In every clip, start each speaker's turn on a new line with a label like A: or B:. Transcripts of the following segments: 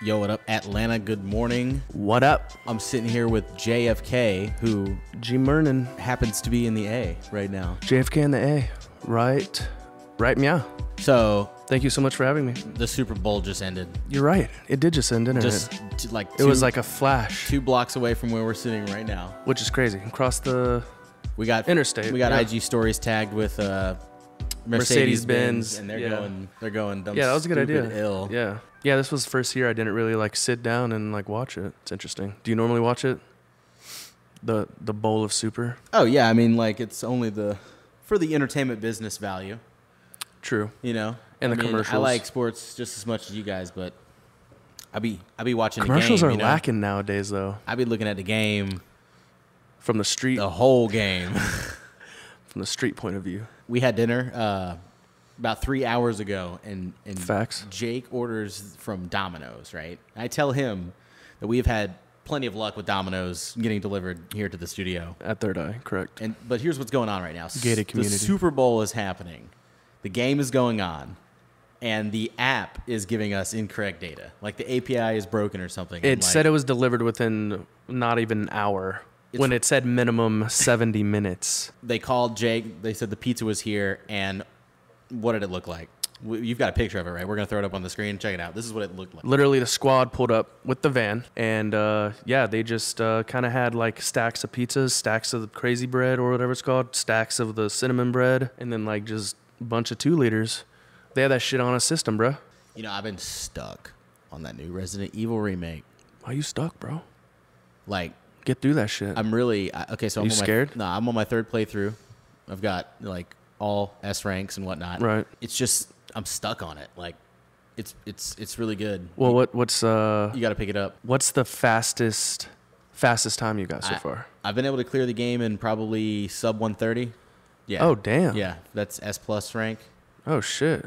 A: Yo, what up, Atlanta? Good morning.
B: What up,
A: I'm sitting here with JFK, who
B: G Mernon?
A: happens to be in the A right now.
B: JFK and the A, right? Right, meow.
A: So
B: Thank you so much for having me.
A: the Super Bowl just ended.
B: You're right. It did just end, didn't
A: Just
B: it?
A: t- like
B: It
A: two,
B: was like a flash,
A: two blocks away from where we're sitting right now.
B: which is crazy. Across the
A: We got
B: Interstate,
A: We got
B: yeah.
A: IG stories tagged with uh, Mercedes
B: Mercedes-Benz,
A: Benz, and they're
B: yeah.
A: going. They're going. Dumb,
B: yeah, that was a good
A: stupid
B: idea.
A: Ill.
B: Yeah, yeah. This was the first year I didn't really like sit down and like watch it. It's interesting. Do you normally watch it? The the bowl of super.
A: Oh yeah, I mean like it's only the for the entertainment business value,
B: True.
A: you know.
B: And
A: I
B: the
A: mean, I
B: commercials.
A: like sports just as much as you guys, but I be I be watching
B: Commercials
A: the game,
B: are
A: you know?
B: lacking nowadays though.
A: I be looking at the game,
B: From the street,
A: the whole game.
B: from the street point of view.
A: we had dinner uh, about three hours ago, and and
B: Facts.
A: Jake orders from Domino's, right? I tell him that we've had plenty of luck with Domino's getting delivered here to the studio.
B: At Third Eye, correct.
A: And but here's what's going on right now. S-
B: Gated community.
A: The Super Bowl is happening. The game is going on. And the app is giving us incorrect data. Like the API is broken or something.
B: It said it was delivered within not even an hour
A: It's-
B: when it said minimum 70 minutes.
A: they called Jake. They said the pizza was here. And what did it look like? W- You've got a picture of it, right? We're going to throw it up on the screen. Check it out. This is what it looked like.
B: Literally, the squad pulled up with the van, and uh, yeah, they just uh, kind of had like stacks of pizzas, stacks of the crazy bread or whatever it's called, stacks of the cinnamon bread, and then like just bunch of two liters. They had that shit on a system, bro.
A: You know, I've been stuck on that new Resident Evil remake.
B: Why you stuck, bro?
A: Like,
B: Get through that shit.
A: I'm really I- okay. So I'm
B: You
A: on
B: scared?
A: My, no, I'm on my third playthrough. I've got like all S ranks and whatnot.
B: Right.
A: It's just I'm stuck on it. Like, it's it's it's really good.
B: well, what what's uh
A: You got to pick it up.
B: what's the fastest fastest time you got so
A: I-
B: far?
A: I've been able to clear the game in probably sub 130. Yeah.
B: Oh damn.
A: Yeah, that's S plus rank.
B: Oh shit.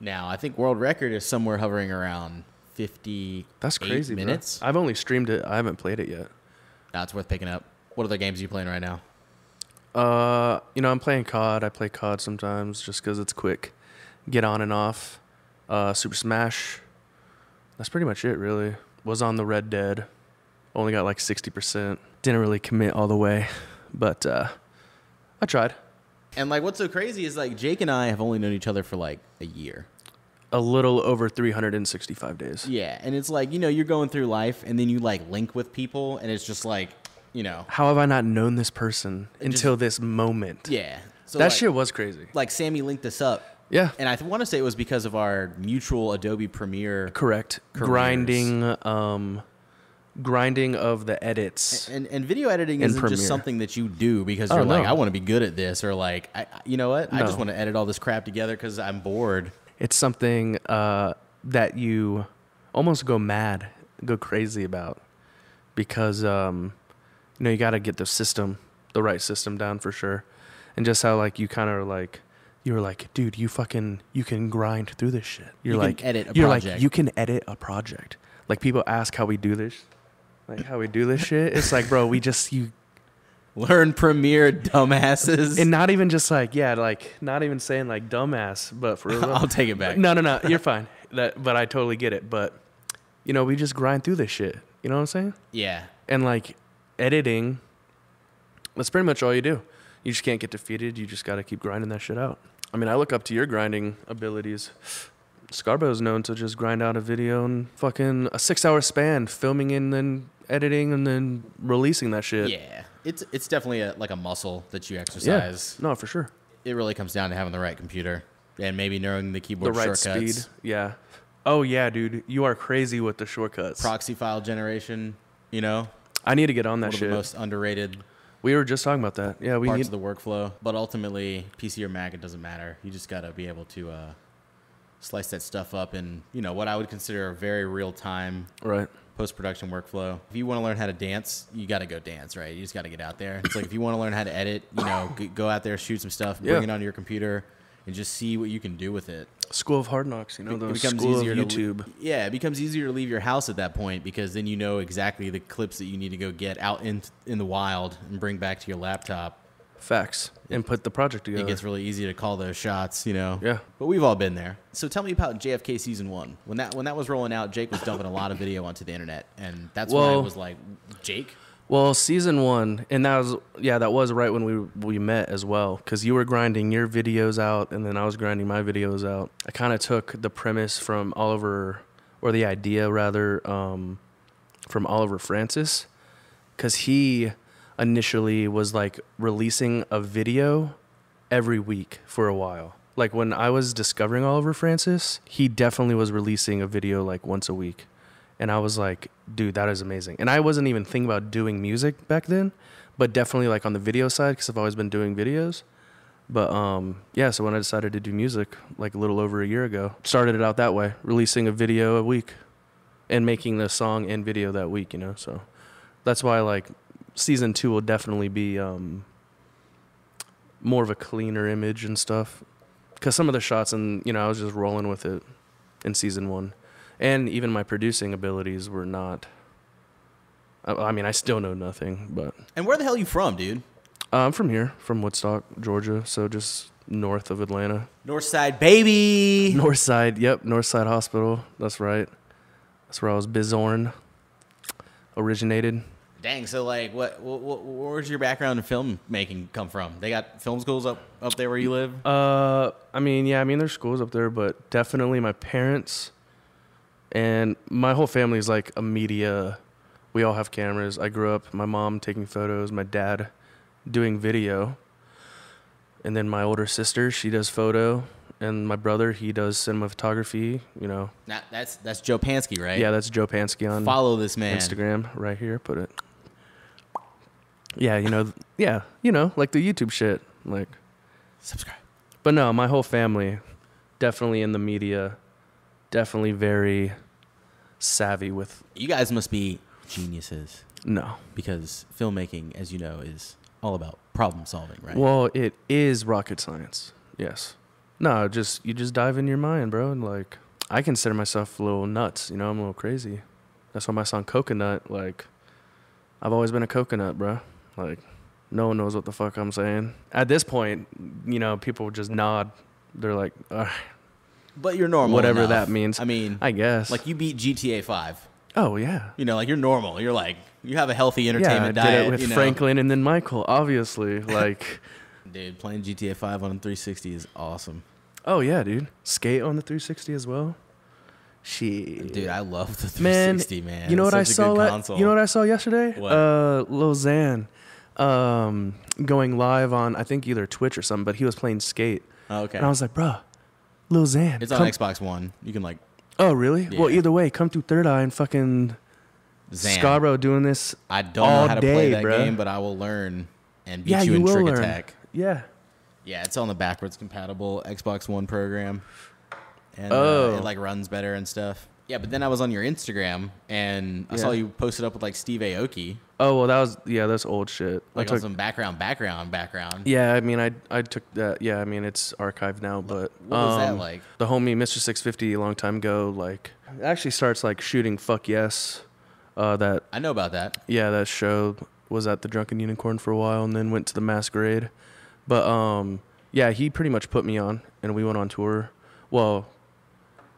A: Now I think world record is somewhere hovering around 50.
B: That's crazy, bro.
A: minutes.
B: I've only streamed it. I haven't played it yet.
A: That's worth picking up. What other games are you playing right now?
B: Uh, you know, I'm playing COD. I play COD sometimes just because it's quick. Get on and off. Uh, Super Smash. That's pretty much it, really. Was on the Red Dead. Only got like 60%. Didn't really commit all the way, but uh, I tried.
A: And like, what's so crazy is like Jake and I have only known each other for like a year.
B: A little over 365 days.
A: Yeah, and it's like you know you're going through life, and then you like link with people, and it's just like you know
B: How have I not known this person until this moment?
A: yeah. So
B: that
A: like,
B: shit was crazy.
A: like Sammy linked us up,
B: Yeah.
A: and I want to say it was because of our mutual Adobe Premiere
B: Correct.
A: Careers.
B: Grinding, um, grinding of the edits.
A: and and video editing
B: And
A: isn't just
B: Premiere.
A: something that you do because you're
B: Oh,
A: like
B: no.
A: I want to be good at this or like I I- you know what I just
B: No.
A: want to edit all this crap together because I'm bored.
B: It's something uh, that you almost go mad, go crazy about, because um, you know you got to get the system, the right system down for sure, and just how like you kind of like. You were like, dude, you fucking, you can grind through this shit. You're
A: You can
B: like,
A: edit a
B: you're
A: project.
B: like, you can edit a project. Like people ask how we do this, like how we do this shit. It's like, bro, we just you
A: Learn Premiere, dumbasses.
B: And not even just like yeah, like not even saying like dumbass, but for real.
A: I'll take it back.
B: No, no, no, you're fine. That, but I totally get it. But you know, we just grind through this shit. You know what I'm saying?
A: yeah,
B: And like editing, that's pretty much all you do. You just can't get defeated. You just got to keep grinding that shit out. I mean, I look up to your grinding abilities. Scarbo's known to just grind out a video in fucking a six-hour span, filming and then editing and then releasing that shit.
A: yeah. It's it's definitely a like a muscle that you
B: Yeah.
A: exercise.
B: No, for sure.
A: it really comes down to having the right computer and maybe knowing the
B: the
A: keyboard
B: right
A: shortcuts,
B: speed. Yeah. Oh yeah, dude, you are crazy with the shortcuts.
A: proxy file generation. You know,
B: I need to get on that
A: one of the
B: shit.
A: most underrated
B: we were just talking about that. Yeah, we
A: parts
B: need.
A: of the workflow. But ultimately, PC or Mac, it doesn't matter. You just gotta be able to uh, slice that stuff up in you know what I would consider a very real time
B: right.
A: post production workflow. If you want to learn how to dance, you got to go dance, right? You just got to get out there. It's like if you want to learn how to edit, you know, g- go out there, shoot some stuff, bring
B: Yeah.
A: it onto your computer, and just see what you can do with it.
B: School of Hard Knocks. You know, the
A: it becomes
B: school
A: easier
B: of
A: to
B: YouTube.
A: le- yeah, it becomes easier to leave your house at that point because then you know exactly the clips that you need to go get out in in the wild and bring back to your laptop
B: Facts. And put the project together.
A: It gets really easy to call those shots, you know.
B: Yeah.
A: But we've all been there. So tell me about JFK season one. When that when that was rolling out, Jake was dumping a lot of video onto the internet, and that's when I
B: Well-
A: was like, Jake.
B: Well, season one, and that was yeah, that was right when we we met as well, because you were grinding your videos out, and then I was grinding my videos out. I kind of took the premise from Oliver, or the idea rather, um, from Oliver Francis, because he initially was like releasing a video every week for a while. Like when I was discovering Oliver Francis, he definitely was releasing a video like once a week. And I was like, dude, that is amazing. And I wasn't even thinking about doing music back then, but definitely like on the video side because I've always been doing videos. But um, yeah, so when I decided to do music like a little over a year ago, started it out that way, releasing a video a week and making the song and video that week, you know? So that's why like season two will definitely be um, more of a cleaner image and stuff. Because some of the shots and, you know, I was just rolling with it in season one and even my producing abilities were not. I, I mean, I still know nothing, but
A: And where the hell are you from, dude?
B: uh, I'm from here, from Woodstock, Georgia, so just north of Atlanta,
A: Northside baby.
B: North Side. Yep, North Side Hospital. That's right. That's where I was bizorn originated.
A: Dang. So like, what, what, what where's your background in filmmaking come from? They got film schools up up there where you live.
B: Uh, I mean, yeah, I mean, there's schools up there, but definitely my parents and my whole family is like a media. We all have cameras. I grew up, my mom taking photos, my dad doing video. And then my older sister, she does photo. And my brother, he does cinematography. You know,
A: Now, that's that's Joe Pansky, right?
B: yeah, that's Joe Pansky on
A: Follow this man.
B: Instagram right here. Put it. Yeah, you know, yeah, you know, like the YouTube shit. Like,
A: Subscribe.
B: but no, my whole family definitely in the media, definitely very savvy with
A: You guys must be geniuses
B: no.
A: because filmmaking, as you know, is all about problem solving, right?
B: Well, it is rocket science. Yes. No, just you just dive in your mind, bro, and like I consider myself a little nuts, you know, I'm a little crazy. That's why my song Coconut, like I've always been a coconut, bro. Like no one knows what the fuck I'm saying. At this point, you know, people just nod. They're like, "All right,
A: but you're normal.
B: whatever
A: enough.
B: that means.
A: I mean,
B: I guess.
A: like you beat GTA Five.
B: oh yeah.
A: You know, like you're normal. You're like you have a healthy entertainment
B: yeah, I
A: diet.
B: Did it with
A: you know?
B: Franklin and then Michael, obviously. Like,
A: Dude, playing GTA Five on a 360 is awesome.
B: oh yeah, dude, skate on the 360 as well. She,
A: Dude, I love the
B: man,
A: 360, man.
B: you know
A: It's
B: what I
A: such a
B: saw?
A: good
B: la-
A: console.
B: you know what I saw yesterday?
A: What?
B: Uh, Lil Xan, um, going live on I think either Twitch or something, but he was playing skate,
A: Oh, okay.
B: and I was like, bruh, Lil Xan,
A: It's on
B: come-
A: Xbox One. You can like
B: Oh really? Well,
A: Yeah.
B: either way, come through Third Eye and fucking
A: Zan.
B: Scarborough doing this.
A: I don't know
B: all
A: how to play
B: day,
A: that
B: bruh.
A: game, but I will learn and beat
B: yeah,
A: you in
B: will
A: trick
B: learn.
A: attack.
B: Yeah.
A: Yeah, it's on the backwards compatible Xbox One program. And
B: Oh.
A: uh, it like runs better and stuff. Yeah, but then I was on your Instagram and I saw
B: Yeah.
A: you posted up with like Steve Aoki,
B: Oh well, that was yeah, that's old shit. I
A: like
B: took-
A: on some background, background, background.
B: Yeah, I mean, I I took that. Yeah, I mean, it's archived now, but
A: What was that
B: um,
A: like?
B: The homie Mr. Six Fifty a long time ago, like it actually starts like shooting fuck yes. Uh, that
A: I know about that.
B: yeah, that show was at the Drunken Unicorn for a while, and then went to the Masquerade. But um, yeah, he pretty much put me on, and we went on tour. Well,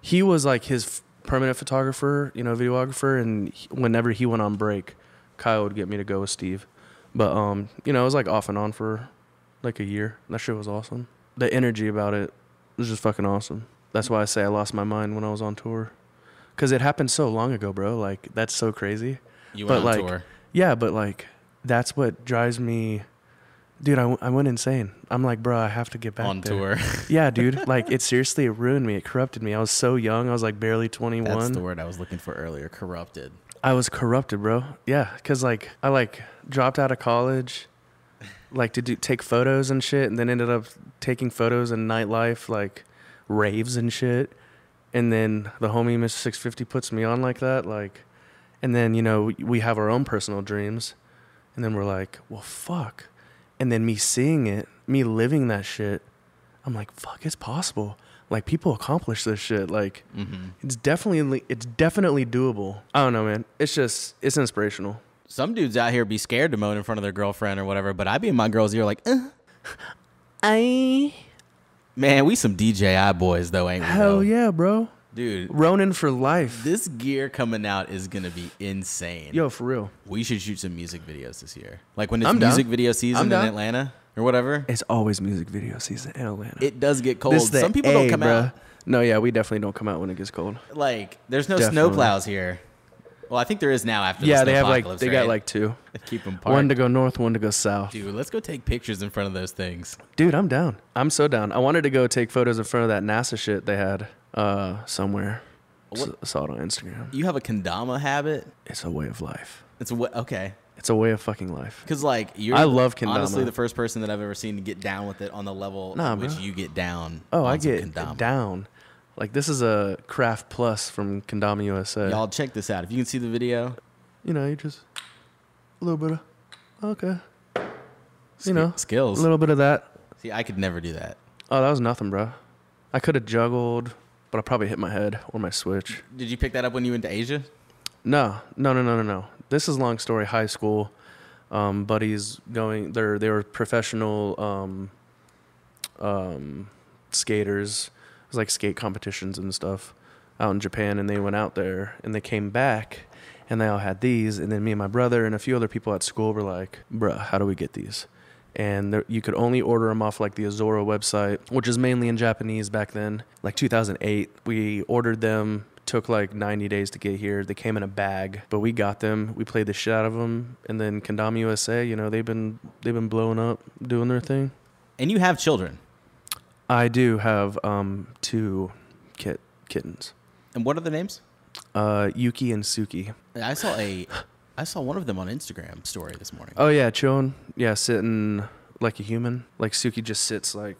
B: he was like his f- permanent photographer, you know, videographer, and he- whenever he went on break, Kyle would get me to go with Steve. But um, you know, it was like off and on for like a year. That shit was awesome. The energy about it was just fucking awesome. That's why I say I lost my mind when I was on tour, cause it happened so long ago, bro. Like that's so crazy.
A: You
B: But,
A: went on
B: like,
A: tour.
B: Yeah, but like that's what drives me, dude. I, w- I went insane. I'm like, bro, I have to get back
A: On
B: there."
A: tour.
B: yeah, dude. Like it seriously it ruined me. It corrupted me. I was so young. I was like barely
A: That's
B: 21.
A: the word I was looking for earlier. Corrupted.
B: I was corrupted, bro. Yeah, cuz like I like dropped out of college like to do take photos and shit and then ended up taking photos in nightlife like raves and shit. And then the homie Mr. 650 puts me on like that like and then you know we- we have our own personal dreams and then we're like, "Well, fuck." And then me seeing it, me living that shit, I'm like, "Fuck, it's possible." Like people accomplish this shit like
A: Mm-hmm.
B: it's definitely it's definitely doable. I don't know, man. It's just it's inspirational.
A: Some dudes out here be scared to moan in front of their girlfriend or whatever, but I be in my girl's ear like, eh,
B: I
A: Man, we some DJI boys though, ain't we? though?
B: hell yeah, bro.
A: dude.
B: Ronin for life.
A: This gear coming out is gonna be insane.
B: Yo, for real.
A: we should shoot some music videos this year. Like when it's
B: I'm down.
A: music video season
B: I'm
A: in
B: down.
A: Atlanta or whatever.
B: It's always music video season in Atlanta.
A: It does get cold.
B: This the
A: Some people don't
B: A,
A: come
B: bruh. No, yeah, we definitely don't come out when it gets cold.
A: out. Like there's no
B: Definitely.
A: snowplows here. Well, I think there is now after.
B: yeah,
A: the
B: they have like
A: snowpocalypse,
B: they got
A: right?
B: like two.
A: keep them parked.
B: One to go north, one to go south.
A: Dude, let's go take pictures in front of those things.
B: Dude, I'm down. I'm so down. I wanted to go take photos in front of that NASA shit they had uh, somewhere. S- saw it on Instagram.
A: You have a kendama habit.
B: It's a way of life.
A: It's what okay.
B: It's a way of fucking life.
A: Because like you're,
B: I love kendama.
A: Honestly, the first person that I've ever seen to get down with it on the level
B: Nah,
A: at which
B: bro.
A: you get down.
B: Oh,
A: on
B: I
A: some
B: get
A: kendama.
B: down. Like this is a craft plus from Kendama USA.
A: Y'all check this out. If you can see the video,
B: You know, you just a little bit of okay,
A: sk-
B: know, a
A: skills.
B: little bit of that.
A: See, I could never do that.
B: Oh, that was nothing, bro. I could have juggled, but I probably hit my head or my switch.
A: Did you pick that up when you went to Asia?
B: No, no, no, no, no, no. This is long story. High school, um, buddies going. They're they were professional um, um, skaters. It was like skate competitions and stuff out in Japan, and they went out there and they came back, and they all had these. And then me and my brother and a few other people at school were like, "Bruh, how do we get these?" And there, you could only order them off like the Azora website, which is mainly in Japanese back then, like 2008. We ordered them took like 90 days to get here. They came in a bag, but we got them. We played the shit out of them, and then Kandami USA, you know, they've been they've been blowing up, doing their thing.
A: And you have children.
B: I do have um two kit kittens,
A: And what are the names?
B: uh Yuki and Suki.
A: I saw a, I saw one of them on Instagram story this morning.
B: Oh yeah, chilling, yeah, sitting like a human. Like Suki just sits like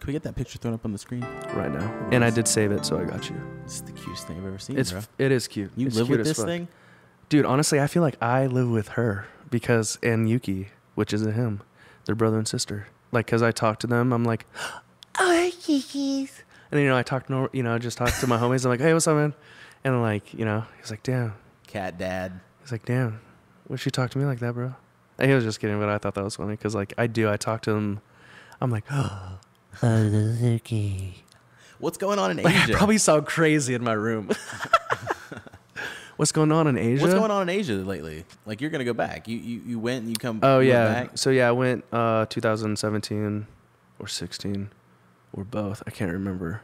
A: Can we get that picture thrown up on the screen?
B: right now, and I did save it, so I got you.
A: This is the cutest thing I've ever seen,
B: It's
A: bro.
B: it is cute.
A: You
B: It's
A: live
B: cute
A: with
B: as
A: this
B: fuck.
A: thing?
B: dude. Honestly, I feel like I live with her because and Yuki, which is a him, they're brother and sister. Like, cause I talk to them, I'm like, oh, Yuki's, and you know, I talk, nor- you know, I just talk to my homies. I'm like, hey, what's up, man? And like, you know, he's like, damn,
A: Cat dad.
B: he's like, damn, would she talk to me like that, bro? And he was just kidding, but I thought that was funny because like I do, I talk to him. I'm like,
A: What's going on in
B: like I
A: Asia?
B: probably sound crazy in my room. What's going on in Asia?
A: What's going on in Asia lately? Like you're gonna go back. You you, you went and you come.
B: Oh
A: you went
B: yeah.
A: back.
B: So yeah, I went uh 2017 or 16 or both. I can't remember.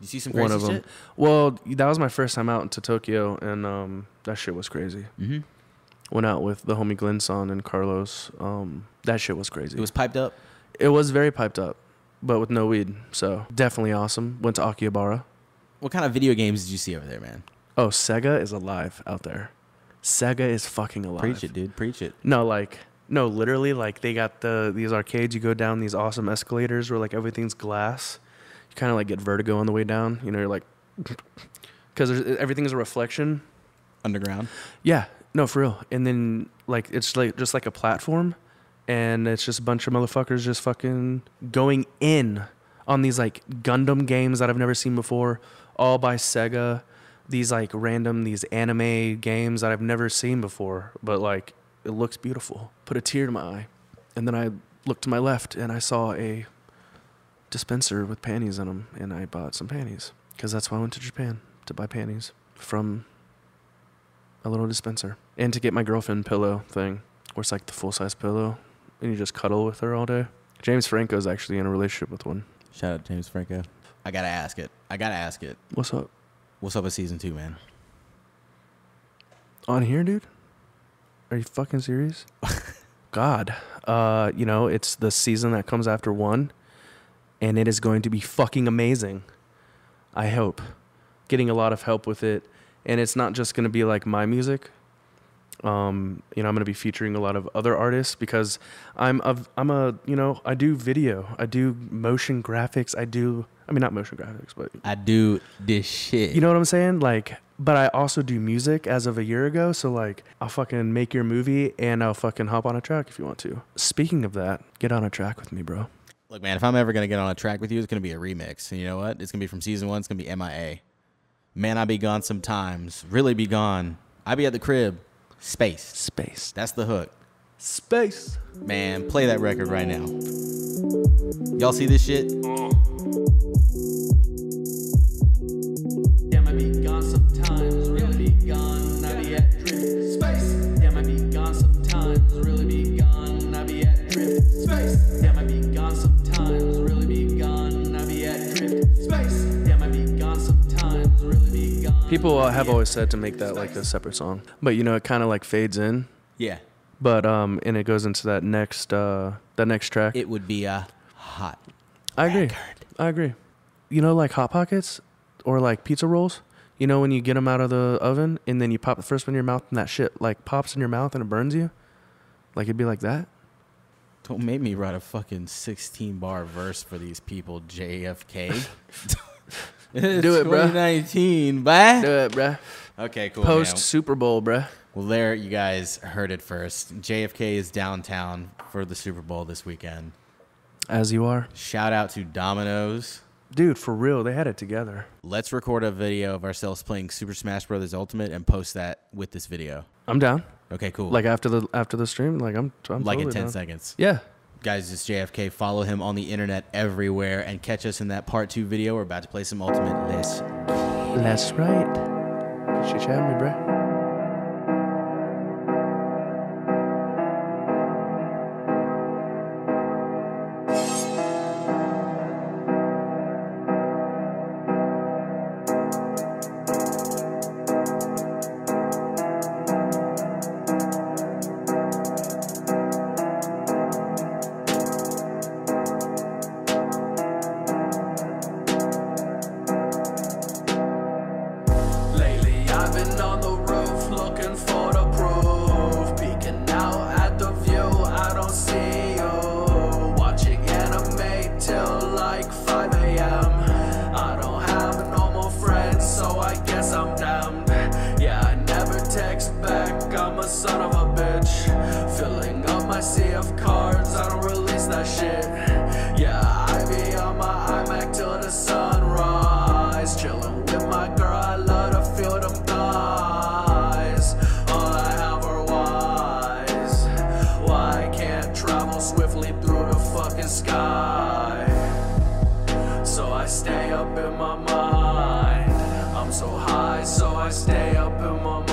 A: You see some
B: One
A: crazy
B: of 'em.
A: shit.
B: Well, that was my first time out to Tokyo and um that shit was crazy.
A: Mm-hmm.
B: Went out with the homie Glenson and Carlos. Um that shit was crazy.
A: It was piped up.
B: it was very piped up, but with no weed. So, definitely awesome. Went to Akihabara.
A: What kind of video games did you see over there, man?
B: Oh, Sega is alive out there. Sega is fucking alive.
A: Preach it, dude. Preach it.
B: No, like no, literally, like they got the these arcades. You go down these awesome escalators where like everything's glass. You kind of like get vertigo on the way down. You know, you're like because everything's a reflection.
A: Underground.
B: Yeah, no, for real. And then like it's like just like a platform, and it's just a bunch of motherfuckers just fucking going in on these like Gundam games that I've never seen before, all by Sega. These like random these anime games that I've never seen before, but like it looks beautiful. Put a tear to my eye, and then I looked to my left and I saw a dispenser with panties in them, and I bought some panties because that's why I went to Japan to buy panties from a little dispenser and to get my girlfriend pillow thing where it's like the full size pillow and you just cuddle with her all day james franco's actually in a relationship with one
A: Shout out James Franco. I gotta ask it. I gotta ask it.
B: what's up
A: What's up with season two, man?
B: on here dude are you fucking serious god uh you know it's the season that comes after one and it is going to be fucking amazing i hope getting a lot of help with it and it's not just going to be like my music um, you know, I'm going to be featuring a lot of other artists because I'm of I'm a you know I do video, I do motion graphics, I do I mean not motion graphics, but
A: I do this shit.
B: you know what I'm saying? Like, but I also do music as of a year ago. So, like, I'll fucking make your movie and I'll fucking hop on a track if you want to. Speaking of that, get on a track with me, bro.
A: look, man. If I'm ever gonna get on a track with you, it's gonna be a remix. And you know what? It's gonna be from season one. It's gonna be MIA. Man, I be gone sometimes. Really be gone. I be at the crib. Space.
B: Space.
A: That's the hook.
B: Space.
A: Man, play that record right now. Y'all see this shit?
C: Damn, I be gone sometimes, really be gone, I be at drift space. Damn, I be gone sometimes, really be gone, I be at drift space. Damn, I be gone sometimes, really be gone, I be at drift space. Damn, I be gone sometimes, really be gone.
B: People uh, have always said to make that like a separate song, but you know it kind of like fades in,
A: Yeah.
B: but um, and it goes into that next uh that next track.
A: It would be a hot.
B: I agree.
A: record.
B: I agree. You know, like hot pockets or like pizza rolls. You know when you get them out of the oven and then you pop the first one in your mouth and that shit like pops in your mouth and it burns you. Like it'd be like that.
A: Don't make me write a fucking 16 bar verse for these people, JFK.
B: Do it, bro.
A: 2019, bye.
B: it, bruh.
A: Okay, cool. man.
B: Post Super Bowl, bruh.
A: Well, there you guys heard it first. JFK is downtown for the Super Bowl this weekend.
B: As you are,
A: Shout out to Domino's.
B: dude. For real, they had it together.
A: Let's record a video of ourselves playing Super Smash Brothers Ultimate and post that with this video.
B: I'm down.
A: Okay, cool.
B: Like after the after the stream, like I'm. I'm
A: like in
B: totally
A: 10
B: down.
A: seconds.
B: Yeah.
A: Guys, it's JFK. Follow him on the internet everywhere and catch us in that part two video. We're about to play some Ultimate. Let's
B: That's right. She chatting me, bruh.
C: Lately, I've been on the roof looking for the proof. Peeking out at the view, I don't see you. Watching anime till like 5 a.m. I don't have normal friends, so I guess I'm damned. Yeah, I never text back, I'm a son of a bitch. Filling up my sea of cards, I don't release that shit. Yeah, I be on my iMac till the sunrise. Chilling with my girl, I love to feel them thighs. All I have are whys. Why I can't travel swiftly through the fucking sky? so I stay up in my mind. I'm so high, so I stay up in my